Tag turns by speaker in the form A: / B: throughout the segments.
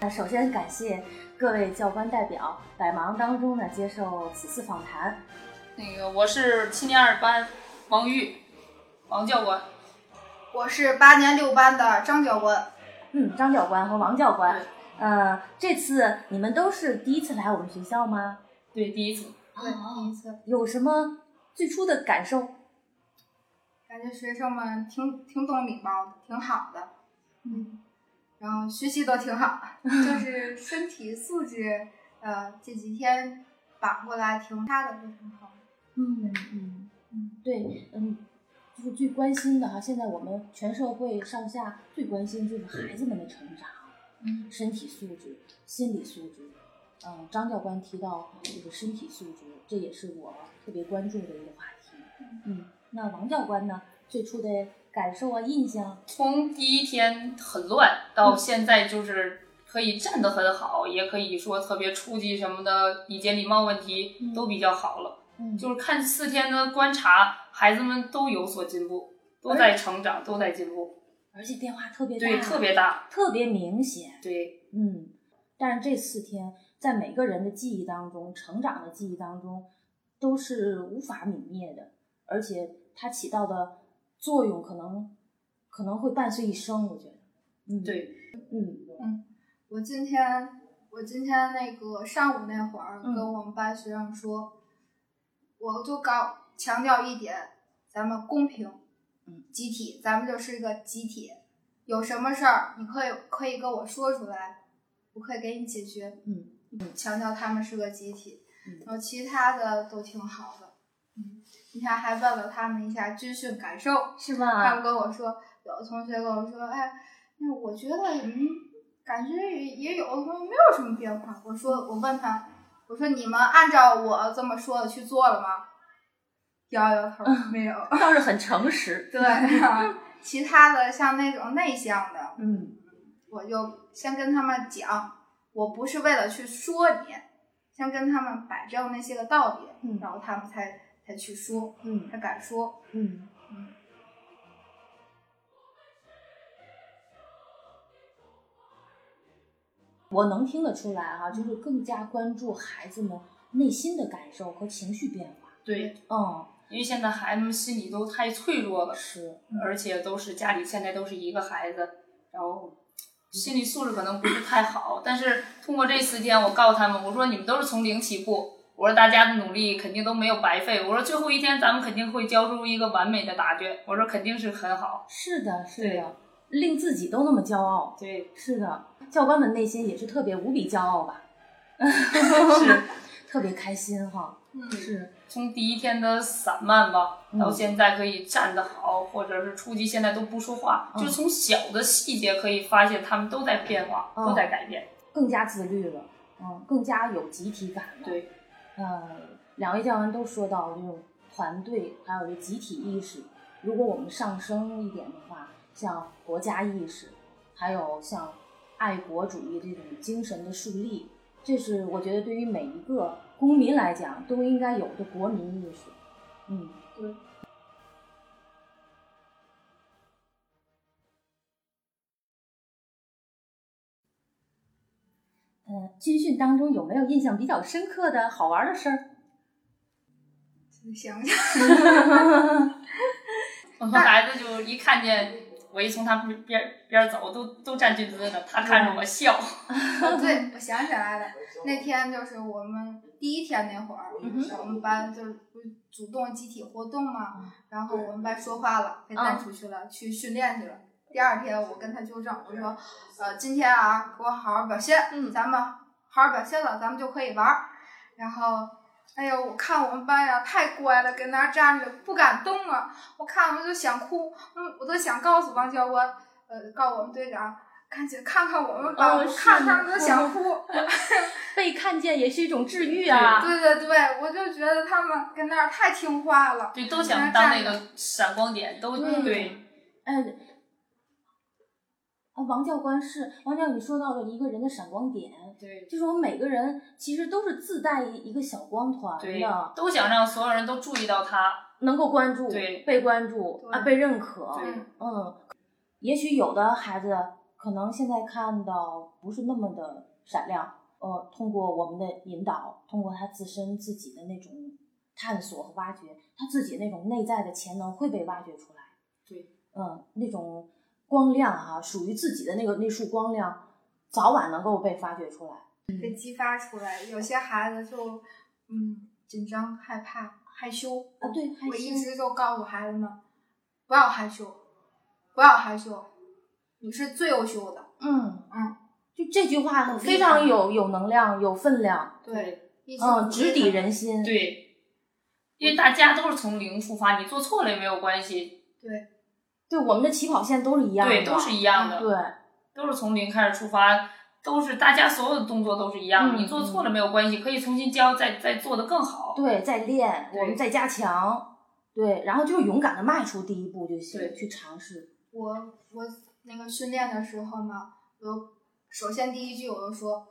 A: 那首先感谢各位教官代表百忙当中呢接受此次访谈。
B: 那个我是七年二班王玉，王教官。
C: 我是八年六班的张教官。
A: 嗯，张教官和王教官
B: 对，
A: 呃，这次你们都是第一次来我们学校吗？
B: 对，第一次
C: 对，第一次
A: 有什么最初的感受？
C: 感觉学生们挺挺懂礼貌的，挺好的。嗯，然后学习都挺 好，就是身体素质，呃，这几天绑过来挺差的，都挺好。
A: 嗯嗯嗯，对，嗯，就是最关心的哈。现在我们全社会上下最关心就是孩子们的成长，
C: 嗯，
A: 身体素质、心理素质。嗯，张教官提到就是身体素质，这也是我特别关注的一个话题。嗯，那王教官呢？最初的感受啊、印象，
B: 从第一天很乱到
A: 嗯
B: 现在，就是可以站得很好，也可以说特别初级什么的礼节礼貌问题
A: 嗯
B: 都比较好了。
A: 嗯，
B: 就是看四天的观察，孩子们都有所进步，都在成长，都在进步。
A: 而且变化特哎别大，
B: 对，特别大。
A: 特别明显。
B: 对，
A: 嗯，但是这四天在每个人的记忆当中，成长的记忆当中，都是无法泯灭的，而且它起到的作用可能可能会伴随一生，我觉得。嗯，
B: 对，
A: 嗯
C: 我今天我今天那个上午那会儿
A: 嗯
C: 跟我们班学生说，我就搞强调一点，咱们公平，
A: 嗯，
C: 集体，咱们就是一个集体，有什么事儿你可以可以跟我说出来，我可以给你解决，
A: 嗯
C: 强调他们是个集体，
A: 嗯
C: 然后其他的都挺好的，嗯，你看还问了他们一下军训感受，
A: 是
C: 他
A: 吧？
C: 们跟我说，有的同学跟我说，哎，那我觉得嗯，感觉也也有的同学没有什么变化。我说，我问他，我说你们按照我这么说的去做了吗？摇摇头，没有。
A: 倒是很诚实。
C: 对，啊其他的像那种内向的，
A: 嗯
C: 我就先跟他们讲，我不是为了去说你，先跟他们摆正那些个道理，
A: 嗯
C: 然后他们才才去说，
A: 嗯
C: 才敢说。
A: 嗯我能听得出来哈、就是更加关注孩子们内心的感受和情绪变化。
B: 对，
A: 嗯，
B: 因为现在孩子们心理都太脆弱了，
A: 是，
B: 而且都是家里现在都是一个孩子，然后
A: 嗯
B: 心理素质可能不是太好。但是通过这四天，我告诉他们，我说你们都是从零起步，我说大家的努力肯定都没有白费，我说最后一天咱们肯定会交出一个完美的答卷，我说肯定是很好。
A: 是的，是
B: 对
A: 的，令自己都那么骄傲。
B: 对，
A: 是的，教官们内心也是特别无比骄傲吧，
B: 是
A: 特别开心哈。
C: 嗯
A: 是，
B: 从第一天的散漫吧，
A: 嗯
B: 到现在可以站得好，或者是初级现在都不说话，
A: 嗯
B: 就从小的细节可以发现他们都在变化，
A: 嗯
B: 都在改变。
A: 更加自律了，嗯，更加有集体感了。
B: 对，
A: 呃，两位教官都说到这种团队，还有这集体意识。如果我们上升一点的话，像国家意识，还有像爱国主义这种精神的树立，这是我觉得对于每一个公民来讲都应该有的国民意识。嗯，
C: 对。
A: 呃，军训当中有没有印象比较深刻的好玩的事儿？
C: 想想。
B: 我们孩子就一看见我一从他们边边走，都都站军姿了，他看着我笑。
C: 哦， 对，我想起来了，那天就是我们第一天那会儿，
A: 嗯
C: 我们班就是不是主动集体活动
A: 嗯
C: 嘛，然后我们班说话了，被带出去了，去训练去了。第二天我跟他纠正，我说，呃，今天啊，给我好好表现，
A: 嗯
C: 咱们好好表现了，咱们就可以玩儿。然后，哎呦，我看我们班呀、太乖了，搁那儿站着不敢动啊，我看我就想哭，嗯，我都想告诉王教官，呃，告我们队长，看去看看我们班，
A: 哦
C: 我
A: 是
C: 看他们都想哭。
A: 被看见也是一种治愈
B: 啊
C: 对对对，我就觉得他们跟那儿太听话了。
B: 对，都想当那个闪光点，都
A: 嗯
B: 对。
A: 呃，啊，王教官是王教，你说到了一个人的闪光点，
B: 对
A: 就是我们每个人其实都是自带一个小光团
B: 对
A: 的，，
B: 都想让所有人都注意到他。
A: 能够关注、
B: 对
A: 被关注
C: 对
A: 啊，被认可。
B: 对
A: 嗯，也许有的孩子可能现在看到不是那么的闪亮。呃，通过我们的引导，通过他自身自己的那种探索和挖掘，他自己那种内在的潜能会被挖掘出来。
B: 对，
A: 嗯，那种光亮哈、属于自己的那个那束光亮，早晚能够被发掘出来。啊
C: 被激发出来。有些孩子就嗯紧张、害怕、害羞
A: 啊，对，害
C: 我一
A: 羞
C: 直就告诉孩子们，不要害羞，不要害羞，你是最优秀的。
A: 嗯
C: 嗯，
A: 就这句话非常有有能量、有分量，
C: 对，一直
A: 嗯，
C: 鼓
A: 直抵
C: 励他
A: 人心。，
B: 对，因为大家都是从零出发，你做错了也没有关系，
A: 对，我们的起跑线都是一样的，
B: 对，都是一样的，
A: 对，
B: 都是从零开始出发，都是大家所有的动作都是一样
A: 嗯
B: 的，你做错了没有关系，可以重新教，再再做的更好。
A: 对，在练，
B: 对
A: 我们在加强，对，然后就是勇敢的迈出第一步就行，
B: 对嗯
A: 去尝试。
C: 我我那个训练的时候嘛，我首先第一句我就说，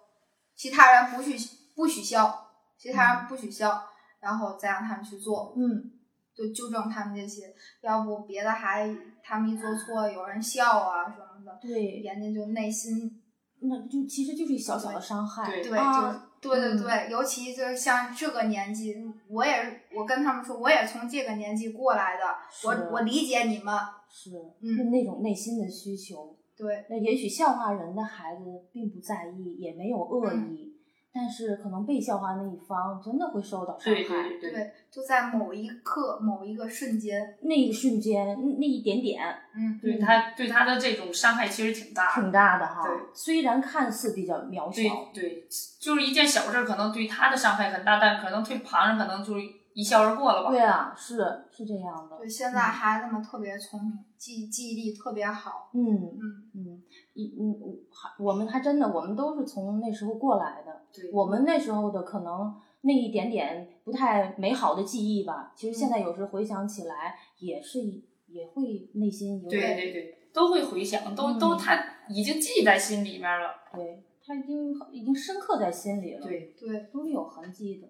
C: 其他人不许不许笑，其他人不许笑，然后再让他们去做，
A: 嗯，
C: 就纠正他们这些，要不别的孩子他们一做错，有人笑啊什么的，
A: 对，
C: 人家就内心
A: 那就其实就是小小的伤害。
B: 对
C: 对、
A: 啊
C: 就。对对
A: 嗯
C: 对，尤其就是像这个年纪，我也我跟他们说，我也从这个年纪过来的，
A: 是
C: 我我理解你们，
A: 是，
C: 嗯
A: 那那种内心的需求，
C: 对
A: 那也许笑话人的孩子并不在意，也没有恶
B: 嗯
A: 意，但是可能被笑话那一方真的会受到伤害。
B: 对对对对，
C: 对，就在某一刻某一个瞬间，
A: 那一瞬间，那一点点
C: 嗯，
B: 对他对他的这种伤害其实挺大的。
A: 挺大的哈。
B: 对
A: 虽然看似比较渺
B: 对
A: 小，
B: 对，就是一件小事，可能对他的伤害很大，但可能对旁人可能就是一笑而过了吧。
A: 对啊，是是这样的。
C: 对，现在孩子们特别聪明，记记忆力特别好。
A: 嗯
C: 嗯，
A: 嗯，一嗯，我还我们还真的，我们都是从那时候过来的。
B: 对
A: 我们那时候的可能那一点点不太美好的记忆吧，其实现
B: 嗯
A: 在有时回想起来，也是也会内心有
B: 对
A: 点
B: 对对，都会回想，都、都
A: 嗯
B: 他已经记在心里面了。
A: 对，他已经已经深刻在心里了，，
B: 对，
C: 对，
A: 都是有痕迹的。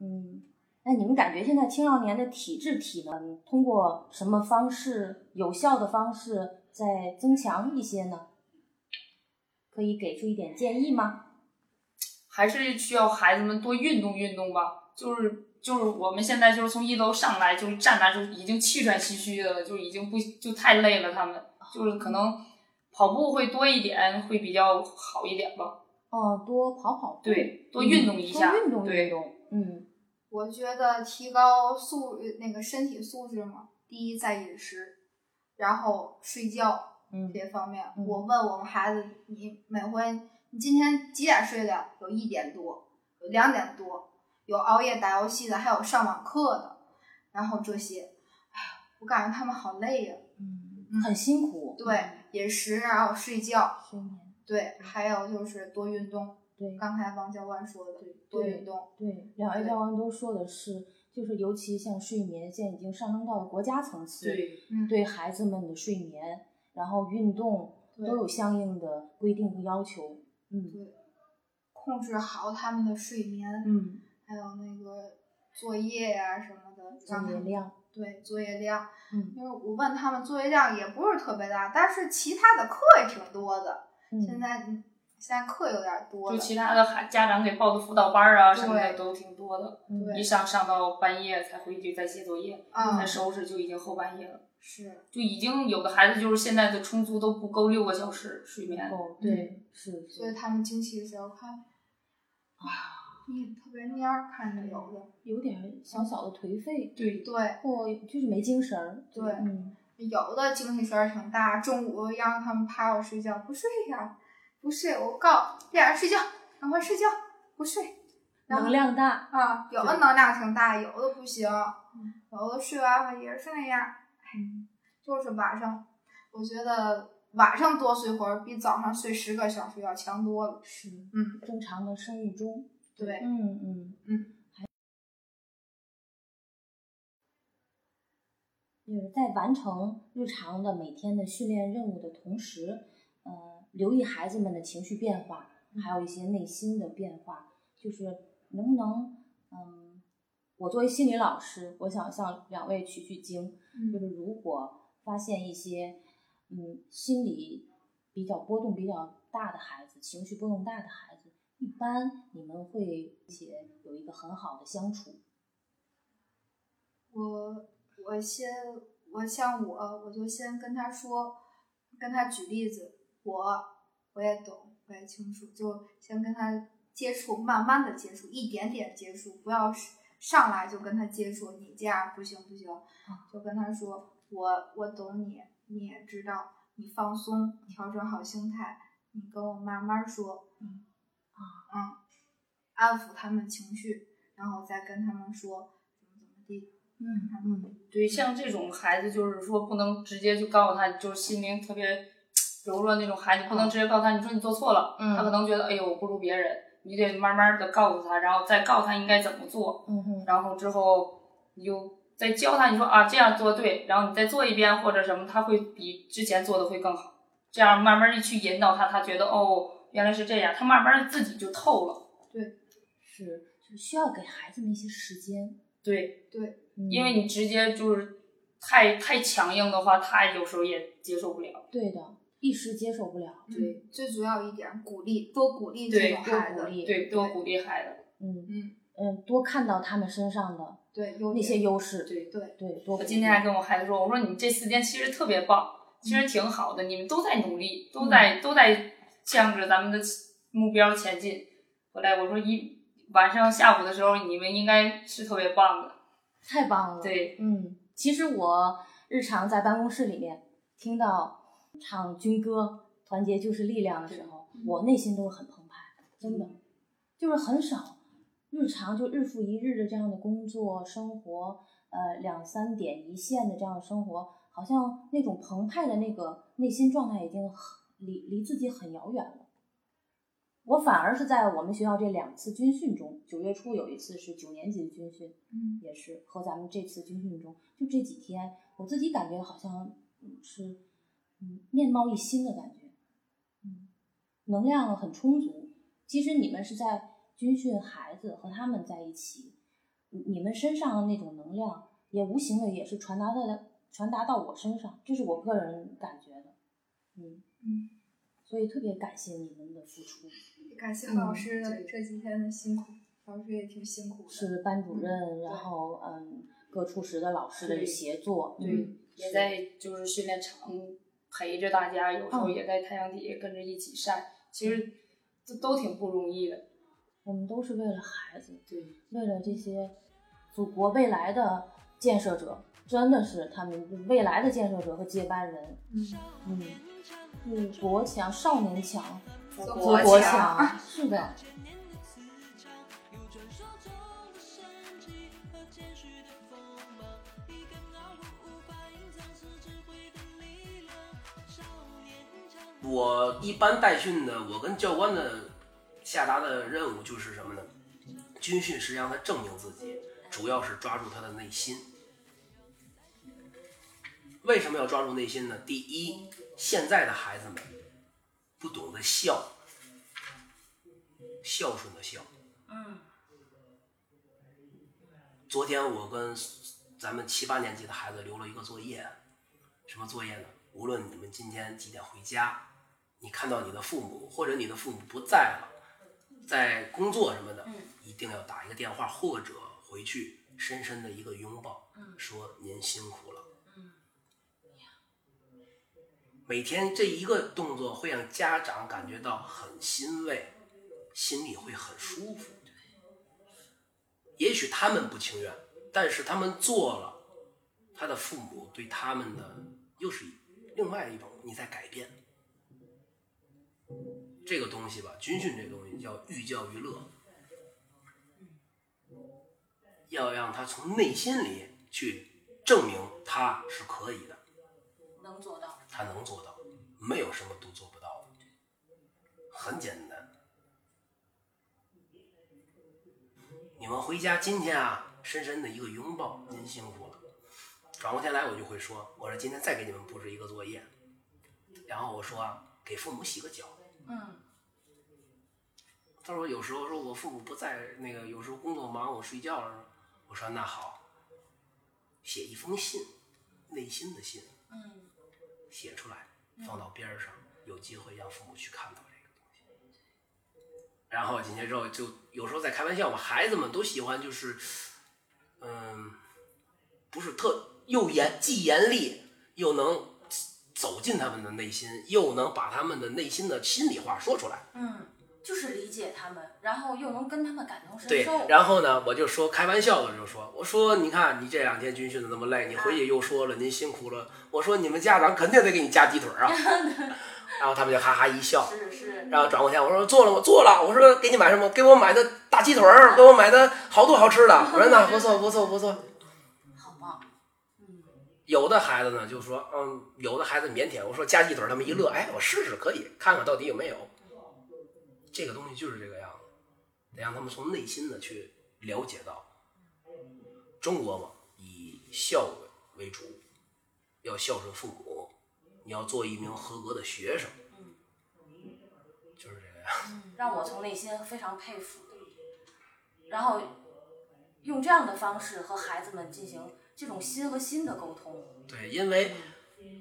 A: 嗯，那你们感觉现在青少年的体质体能通过什么方式，有效的方式在增强一些呢？可以给出一点建议吗？
B: 还是需要孩子们多运动运动吧。就是就是我们现在就是从一楼上来，就是站那就已经气喘吁吁的了，就已经不就太累了。他
A: 哦
B: 们就是可能跑步会多一点，会比较好一点吧。
A: 嗯，多跑跑步，
B: 对，多
A: 嗯
B: 运动一下，
A: 多运动
B: 对
A: 运动，嗯
C: 我觉得提高素那个身体素质嘛，第一在饮食，然后睡觉
A: 嗯
C: 这方面。
A: 嗯
C: 我问我们孩子，你每回你今天几点睡的？有一点多，有两点多，有熬夜打游戏的，还有上网课的，然后这些，哎呀，我感觉他们好累呀、
A: 嗯，很辛苦，
C: 对，饮食，然后睡觉，
A: 睡眠，
C: 对，还有就是多运动。
A: 对
C: 刚才王教官说的，多运动，
A: 对，两位
C: 对
A: 教官都说的是，就是尤其像睡眠，现在已经上升到了国家层次，
B: 对
C: 嗯，
A: 对孩子们的睡眠，然后运动
C: 对
A: 都有相应的规定和要求。嗯
C: 对，控制好他们的睡眠，
A: 嗯，
C: 还有那个作业呀、什么的，让
A: 作
C: 他
A: 业
C: 们
A: 量，
C: 对作业量，
A: 嗯
C: 因为我问他们作业量也不是特别大，但是其他的课也挺多的。现
A: 嗯，
C: 在现在课有点多
B: 就
C: 了，
B: 其他的孩家长给报的辅导班儿啊什么的
C: 对
B: 都挺多的，
A: 嗯
C: 对
B: 一上上到半夜才回去再写作业，
C: 啊、
B: 再收拾就已经后半夜了，
C: 是，
B: 就已经有的孩子就是现在的充足都不够六个小时睡眠，
C: 哦
A: 够，哦对，是
C: 嗯所以
A: 是，
C: 他们经期的时候看，啊，你特别蔫儿，看着有的，
A: 有点小小的颓废，
B: 对
C: 对。
A: 或就是没精神儿。
C: 对
A: 嗯，
C: 有的精气神儿挺大，中午要让他们趴着睡觉，不睡呀，不睡，我告点儿睡觉，赶快睡觉，不睡。然后
A: 能量大，
C: 啊，有的
A: 对
C: 能量挺大，有的不行，有的睡完了也是那样，哎，就是晚上，我觉得晚上多睡会儿比早上睡十个小时要强多了。
A: 是
C: 嗯，
A: 正常的生物钟。
C: 对，
A: 嗯嗯
C: 嗯，
A: 还就是在完成日常的每天的训练任务的同时，呃，留意孩子们的情绪变化，
C: 嗯
A: 还有一些内心的变化，就是能不能，嗯，我作为心理老师，我想向两位嗯取取经，就是如果发现一些嗯心理比较波动比较大的孩子，情绪波动大的孩子，一般你们会且有一个很好的相处。
C: 我我先我像我我就先跟他说，跟他举例子，我我也懂，我也清楚，就先跟他接触，慢慢的接触，一点点接触，不要是上来就跟他接触，你这样不行不行，就跟他说，我我懂你，你也知道，你放松，调整好心态，你跟我慢慢说，嗯啊嗯，安抚他们情绪，然后再跟他们说怎么怎么地，
A: 嗯
C: 他们
A: 嗯，
B: 对，像这种孩子，就是说不能直接就告诉他，就是心灵特别柔弱那种孩子，不
C: 嗯
B: 能直接告诉他，你说你做错了，
A: 嗯
B: 他可能觉得，哎呦，我不如别人，你得慢慢的告诉他，然后再告诉他应该怎么做，
A: 嗯哼，
B: 然后之后你就再教他，你说啊这样做对，然后你再做一遍或者什么，他会比之前做的会更好，这样慢慢的去引导他，他觉得哦原来是这样，他慢慢的自己就透了，
A: 是就需要给孩子们一些时间，
B: 对，
C: 对
A: 嗯
B: 因为你直接就是太太强硬的话，他有时候也接受不了。
A: 对的，一时接受不了，
B: 对
C: 嗯最主要一点鼓励，多鼓励这
B: 对
C: 种
A: 多
C: 孩
A: 鼓
C: 子，
A: 励，
B: 对，多鼓励孩子。
A: 嗯
C: 嗯，
A: 嗯，多看到他们身上的
C: 对，有
A: 那些
C: 点
A: 优势，
B: 对，
C: 对
A: 对，多
B: 我今天还跟我孩子说，我说你这四天其实特别棒，其实挺好的，你们都在努力，都
A: 嗯
B: 在、都在向着咱们的目标前进。后来我说一晚上下午的时候，你们应该是特别棒的。
A: 太棒了，
B: 对，
A: 嗯，其实我日常在办公室里面听到唱军歌“团结就是力量”的时候
C: 嗯，
A: 我内心都是很澎湃，真的，就是很少日常就日复一日的这样的工作生活，呃，两三点一线的这样的生活，好像那种澎湃的那个内心状态已经很离离自己很遥远了。我反而是在我们学校这两次军训中，九月初有一次是九年级的军训，
C: 嗯
A: 也是和咱们这次军训中，就这几天，我自己感觉好像嗯是，嗯，面貌一新的感觉，嗯，能量很充足。其实你们是在军训孩子和他们在一起，你你们身上的那种能量，也无形的也是传达在传达到我身上，这是我个人感觉的，嗯，
C: 嗯，
A: 所以特别感谢你们的付出。
C: 感谢老师
B: 嗯对
C: 这几天的辛苦，老师也挺辛苦的，
A: 是班主
C: 嗯
A: 任，然
C: 对
A: 后嗯，各处室的老师的
B: 对
A: 协作，
B: 对
A: 嗯
B: 也
A: 是
B: 在就是训练场陪着大家，有时候
A: 嗯
B: 也在太阳底下跟着一起晒，其实都都挺不容易的。
A: 我们都是为了孩子，
B: 对。
A: 为了这些祖国未来的建设者，真的是他们未来的建设者和接班人。
C: 嗯，
A: 嗯，嗯，国强，少年强，
C: 祖
A: 祖
C: 国
A: 国
C: 强
A: 强， 是的。
D: 我一般代训呢，我跟教官的下达的任务就是什么呢？军训是让他证明自己，主要是抓住他的内心。为什么要抓住内心呢？第一，现在的孩子们不懂得孝，孝顺的孝。昨天我跟咱们七八年级的孩子留了一个作业，什么作业呢？无论你们今天几点回家，你看到你的父母或者你的父母不在了，在工作什么的，一定要打一个电话或者回去深深的一个拥抱，说您辛苦了。每天这一个动作会让家长感觉到很欣慰，心里会很舒服。也许他们不情愿，但是他们做了，他的父母对他们的又是另外一种你在改变。这个东西吧，军训这个东西叫寓教于乐，要让他从内心里去证明他是可以的，
A: 能做到。
D: 他能做到，没有什么都做不到的，很简单。你们回家今天啊，深深的一个拥抱，您辛苦了。转过天来我就会说，我说今天再给你们布置一个作业，然后我说啊给父母洗个脚。
B: 嗯，
D: 他说有时候说我父母不在，那个有时候工作忙，我睡觉了。我说那好，写一封信，内心的信，嗯，写出来放到边儿上，有机会让父母去看到这个东西。然后紧接着就有时候在开玩笑嘛，孩子们都喜欢就是，嗯，不是特又严既严厉又能走进他们的内心，又能把他们的内心的心里话说出来。
A: 嗯，就是理解他们，然后又能跟他们感同身
D: 对
A: 受，。
D: 然后呢，我就说开玩笑的就说，我说你看你这两天军训的那么累，你回去又说了您辛苦了，我说你们家长肯定得给你加鸡腿儿啊，然后他们就哈哈一笑，
A: 是是，
D: 然后转过天我说做了吗？做了，我说给你买什么？给我买的大鸡腿儿，给我买的好多好吃的，我说那不错不错不错。
A: 好棒。嗯，
D: 有的孩子呢就说，嗯，有的孩子腼腆，我说加鸡腿儿，他们一乐，哎，我试试可以，看看到底有没有。这个东西就是这个样子，得让他们从内心的去了解到，中国嘛，以孝为主，要孝顺父母，你要做一名合格的学生，就是这个样子。
A: 让我从内心非常佩服的。然后用这样的方式和孩子们进行这种心和心的沟通，
D: 对，因为，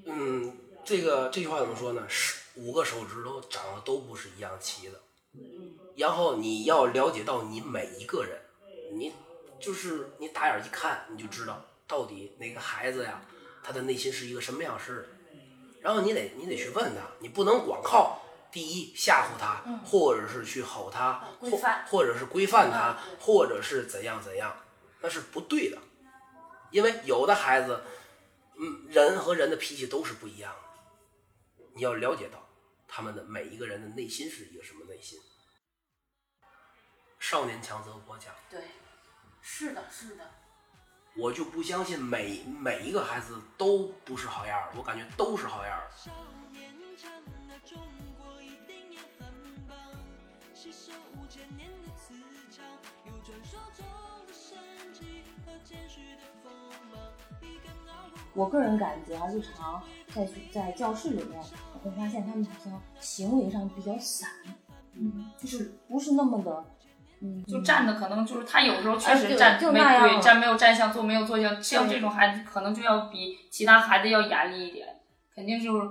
D: 嗯，这个这句话怎么说呢？是五个手指头长得都不是一样齐的，
A: 嗯
D: 然后你要了解到你每一个人，你就是你打眼一看你就知道到底哪个孩子呀，他的内心是一个什么样式的，然后你得你得去问他，你不能光靠。第一，吓唬他，或者是去吼他，
A: 嗯啊规范
D: 或或者是规范他
A: 啊，对
D: 或者是怎样怎样，那是不对的。因为有的孩子，嗯，人和人的脾气都是不一样的，你要了解到他们的每一个人的内心是一个什么内心。少年强则国强，
A: 对，是的，是的，
D: 我就不相信每每一个孩子都不是好样儿，我感觉都是好样儿。
E: 少年强的中国一定要很棒，吸收五千年的词条，有传说中的神奇和谦虚的锋芒，一根傲骨
A: 我个人感觉啊，日常在学在教室里面，我会发现他们好像行为上比较散，嗯，就是不是那么的，嗯，
B: 就站的可能就是他有时候确
A: 哎
B: 实
A: 对
B: 站
A: 就
B: 没
A: 那样
B: 对站没有站相，坐没有坐相，像
A: 对
B: 这种孩子可能就要比其他孩子要严厉一点，肯定就是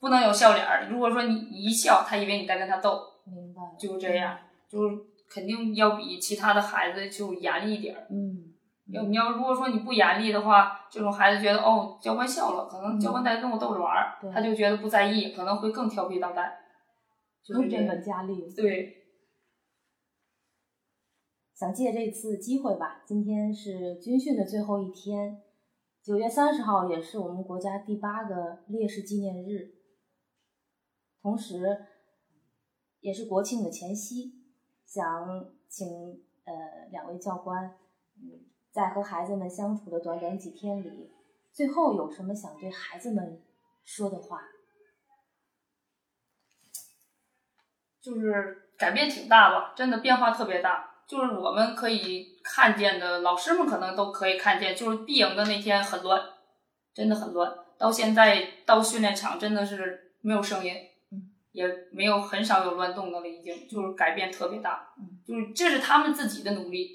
B: 不能有笑脸儿。如果说你一笑，他以为你在跟他斗，
A: 明白，
B: 就是这样，就是肯定要比其他的孩子就严厉一点儿。
A: 嗯，
B: 要你要如果说你不严厉的话，这种孩子觉得哦教官笑了，可能教官在跟我逗着玩儿，
A: 嗯对
B: 他就觉得不在意，可能会更调皮捣蛋。就是
A: 更
B: 这
A: 变
B: 样
A: 本加厉。
B: 对。
A: 想借这次机会吧，今天是军训的最后一天，九月三十号也是我们国家第八个烈士纪念日，同时也是国庆的前夕，想请呃两位教官，嗯，在和孩子们相处的短短几天里，最后有什么想对孩子们说的话？
B: 就是改变挺大吧，真的变化特别大。就是我们可以看见的，老师们可能都可以看见，就是毕营的那天很乱，真的很乱。到现在到训练场真的是没有声音，
A: 嗯
B: 也没有很少有乱动的了，已经就是改变特别大。
A: 嗯
B: 就是这是他们自己的努力，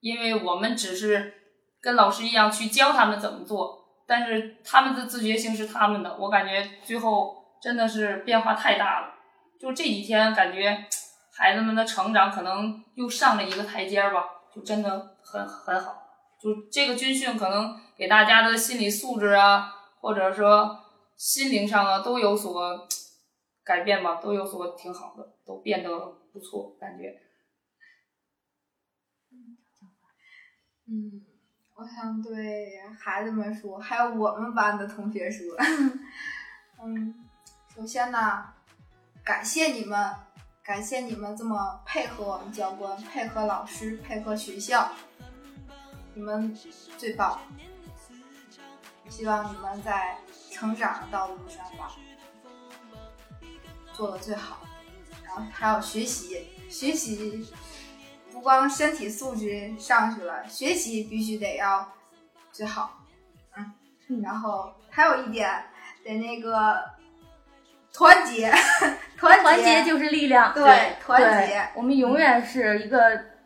B: 因为我们只是跟老师一样去教他们怎么做，但是他们的自觉性是他们的，我感觉最后真的是变化太大了。就这几天感觉孩子们的成长可能又上了一个台阶儿吧，就真的很很好。就这个军训可能给大家的心理素质啊，或者说心灵上啊，都有所改变吧，都有所挺好的，都变得不错，感觉。
C: 嗯，我想对孩子们说，还有我们班的同学说， 嗯，首先呢，感谢你们，感谢你们这么配合我们教官，配合老师，配合学校，你们最棒。希望你们在成长的道路上吧，做的最好。然后还有学习，学习不光身体素质上去了，学习必须得要最好。嗯，然后还有一点，得那个团结， 团结，
A: 团结就是力量，
C: 对
A: 对，
C: 团
A: 对
C: 结，嗯
A: 我们永远是一个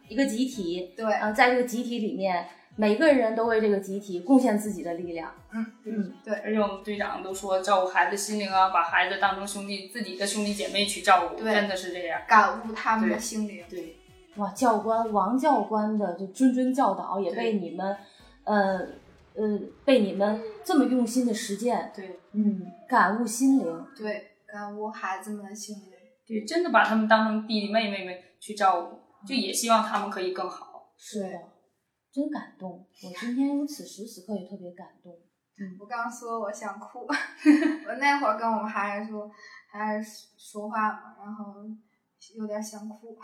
A: 一个集体，
C: 对
A: 呃，在这个集体里面，每个人都为这个集体贡献自己的力量。
C: 嗯
A: 嗯
B: 而且我们队长都说照顾孩子心灵啊，把孩子当成兄弟，自己的兄弟姐妹去照顾，
C: 对
B: 真的是这样。
C: 感悟他们的心灵。
B: 对，
A: 哇，教官王教官的这谆谆教导也被你们，呃呃，被你
C: 嗯
A: 们这么用心的实践，
B: 对，
A: 嗯，感悟心灵。
C: 对，感悟孩子们的心灵。
B: 对，真的把他们当成弟弟妹妹们去照顾，就也希望他们可以更好。
A: 是的，真感动。我今天我此时此刻也特别感动。
C: 我刚说我想哭， 我那会儿跟我们孩子说，还说话嘛，然后有点想哭。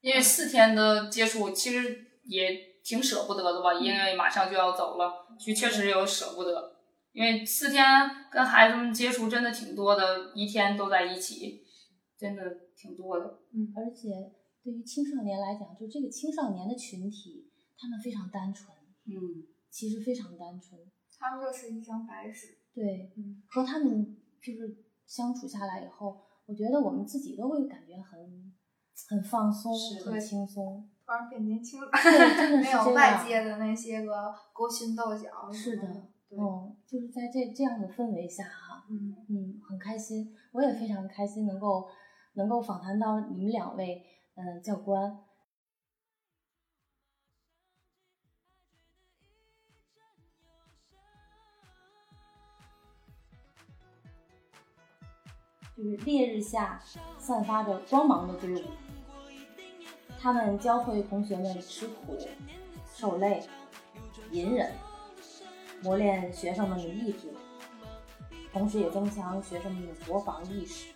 B: 因为四天的接触，其实也挺舍不得的吧，因为马上就要走了，就确实有舍不得。因为四天跟孩子们接触真的挺多的，一天都在一起，真的挺多的。
C: 嗯，
A: 而且对于青少年来讲，就这个青少年的群体，他们非常单纯，
B: 嗯，
A: 其实非常单纯。
C: 他们就是一张白纸。
A: 对，
C: 嗯，
A: 和他们就是相处下来以后，我觉得我们自己都会感觉很很放松
B: 是，
A: 很
C: 对
A: 轻 松。
C: 突然变年轻了，
A: 对真的是
C: 没
A: 这
C: 有
A: 样
C: 外界的那些个勾心斗角。
A: 是的，
C: 对，
A: 嗯，就是在这这样的氛围下哈，
C: 嗯，
A: 嗯，很开心，我也非常开心能够能够访谈到你们两位，嗯、教官。就是烈日下散发着光芒的队伍，他们教会同学们吃苦、受累、隐忍，磨练学生们的意志，同时也增强学生们的国防意识。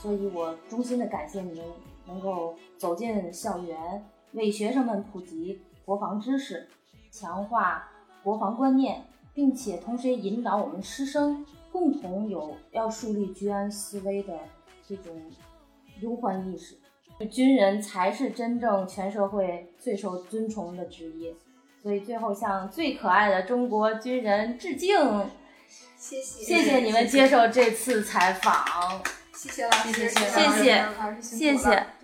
A: 所以我衷心的感谢您能够走进校园，为学生们普及国防知识，强化国防观念，并且同时也引导我们师生共同有要树立居安思危的这种忧患意识。军人才是真正全社会最受尊崇的职业，所以最后向最可爱的中国军人致敬！
C: 谢谢，
A: 谢谢你们接受这次采访。
C: 谢谢老师，
B: 谢谢
A: 谢谢
C: 老师辛苦
A: 谢
C: 了
A: 谢，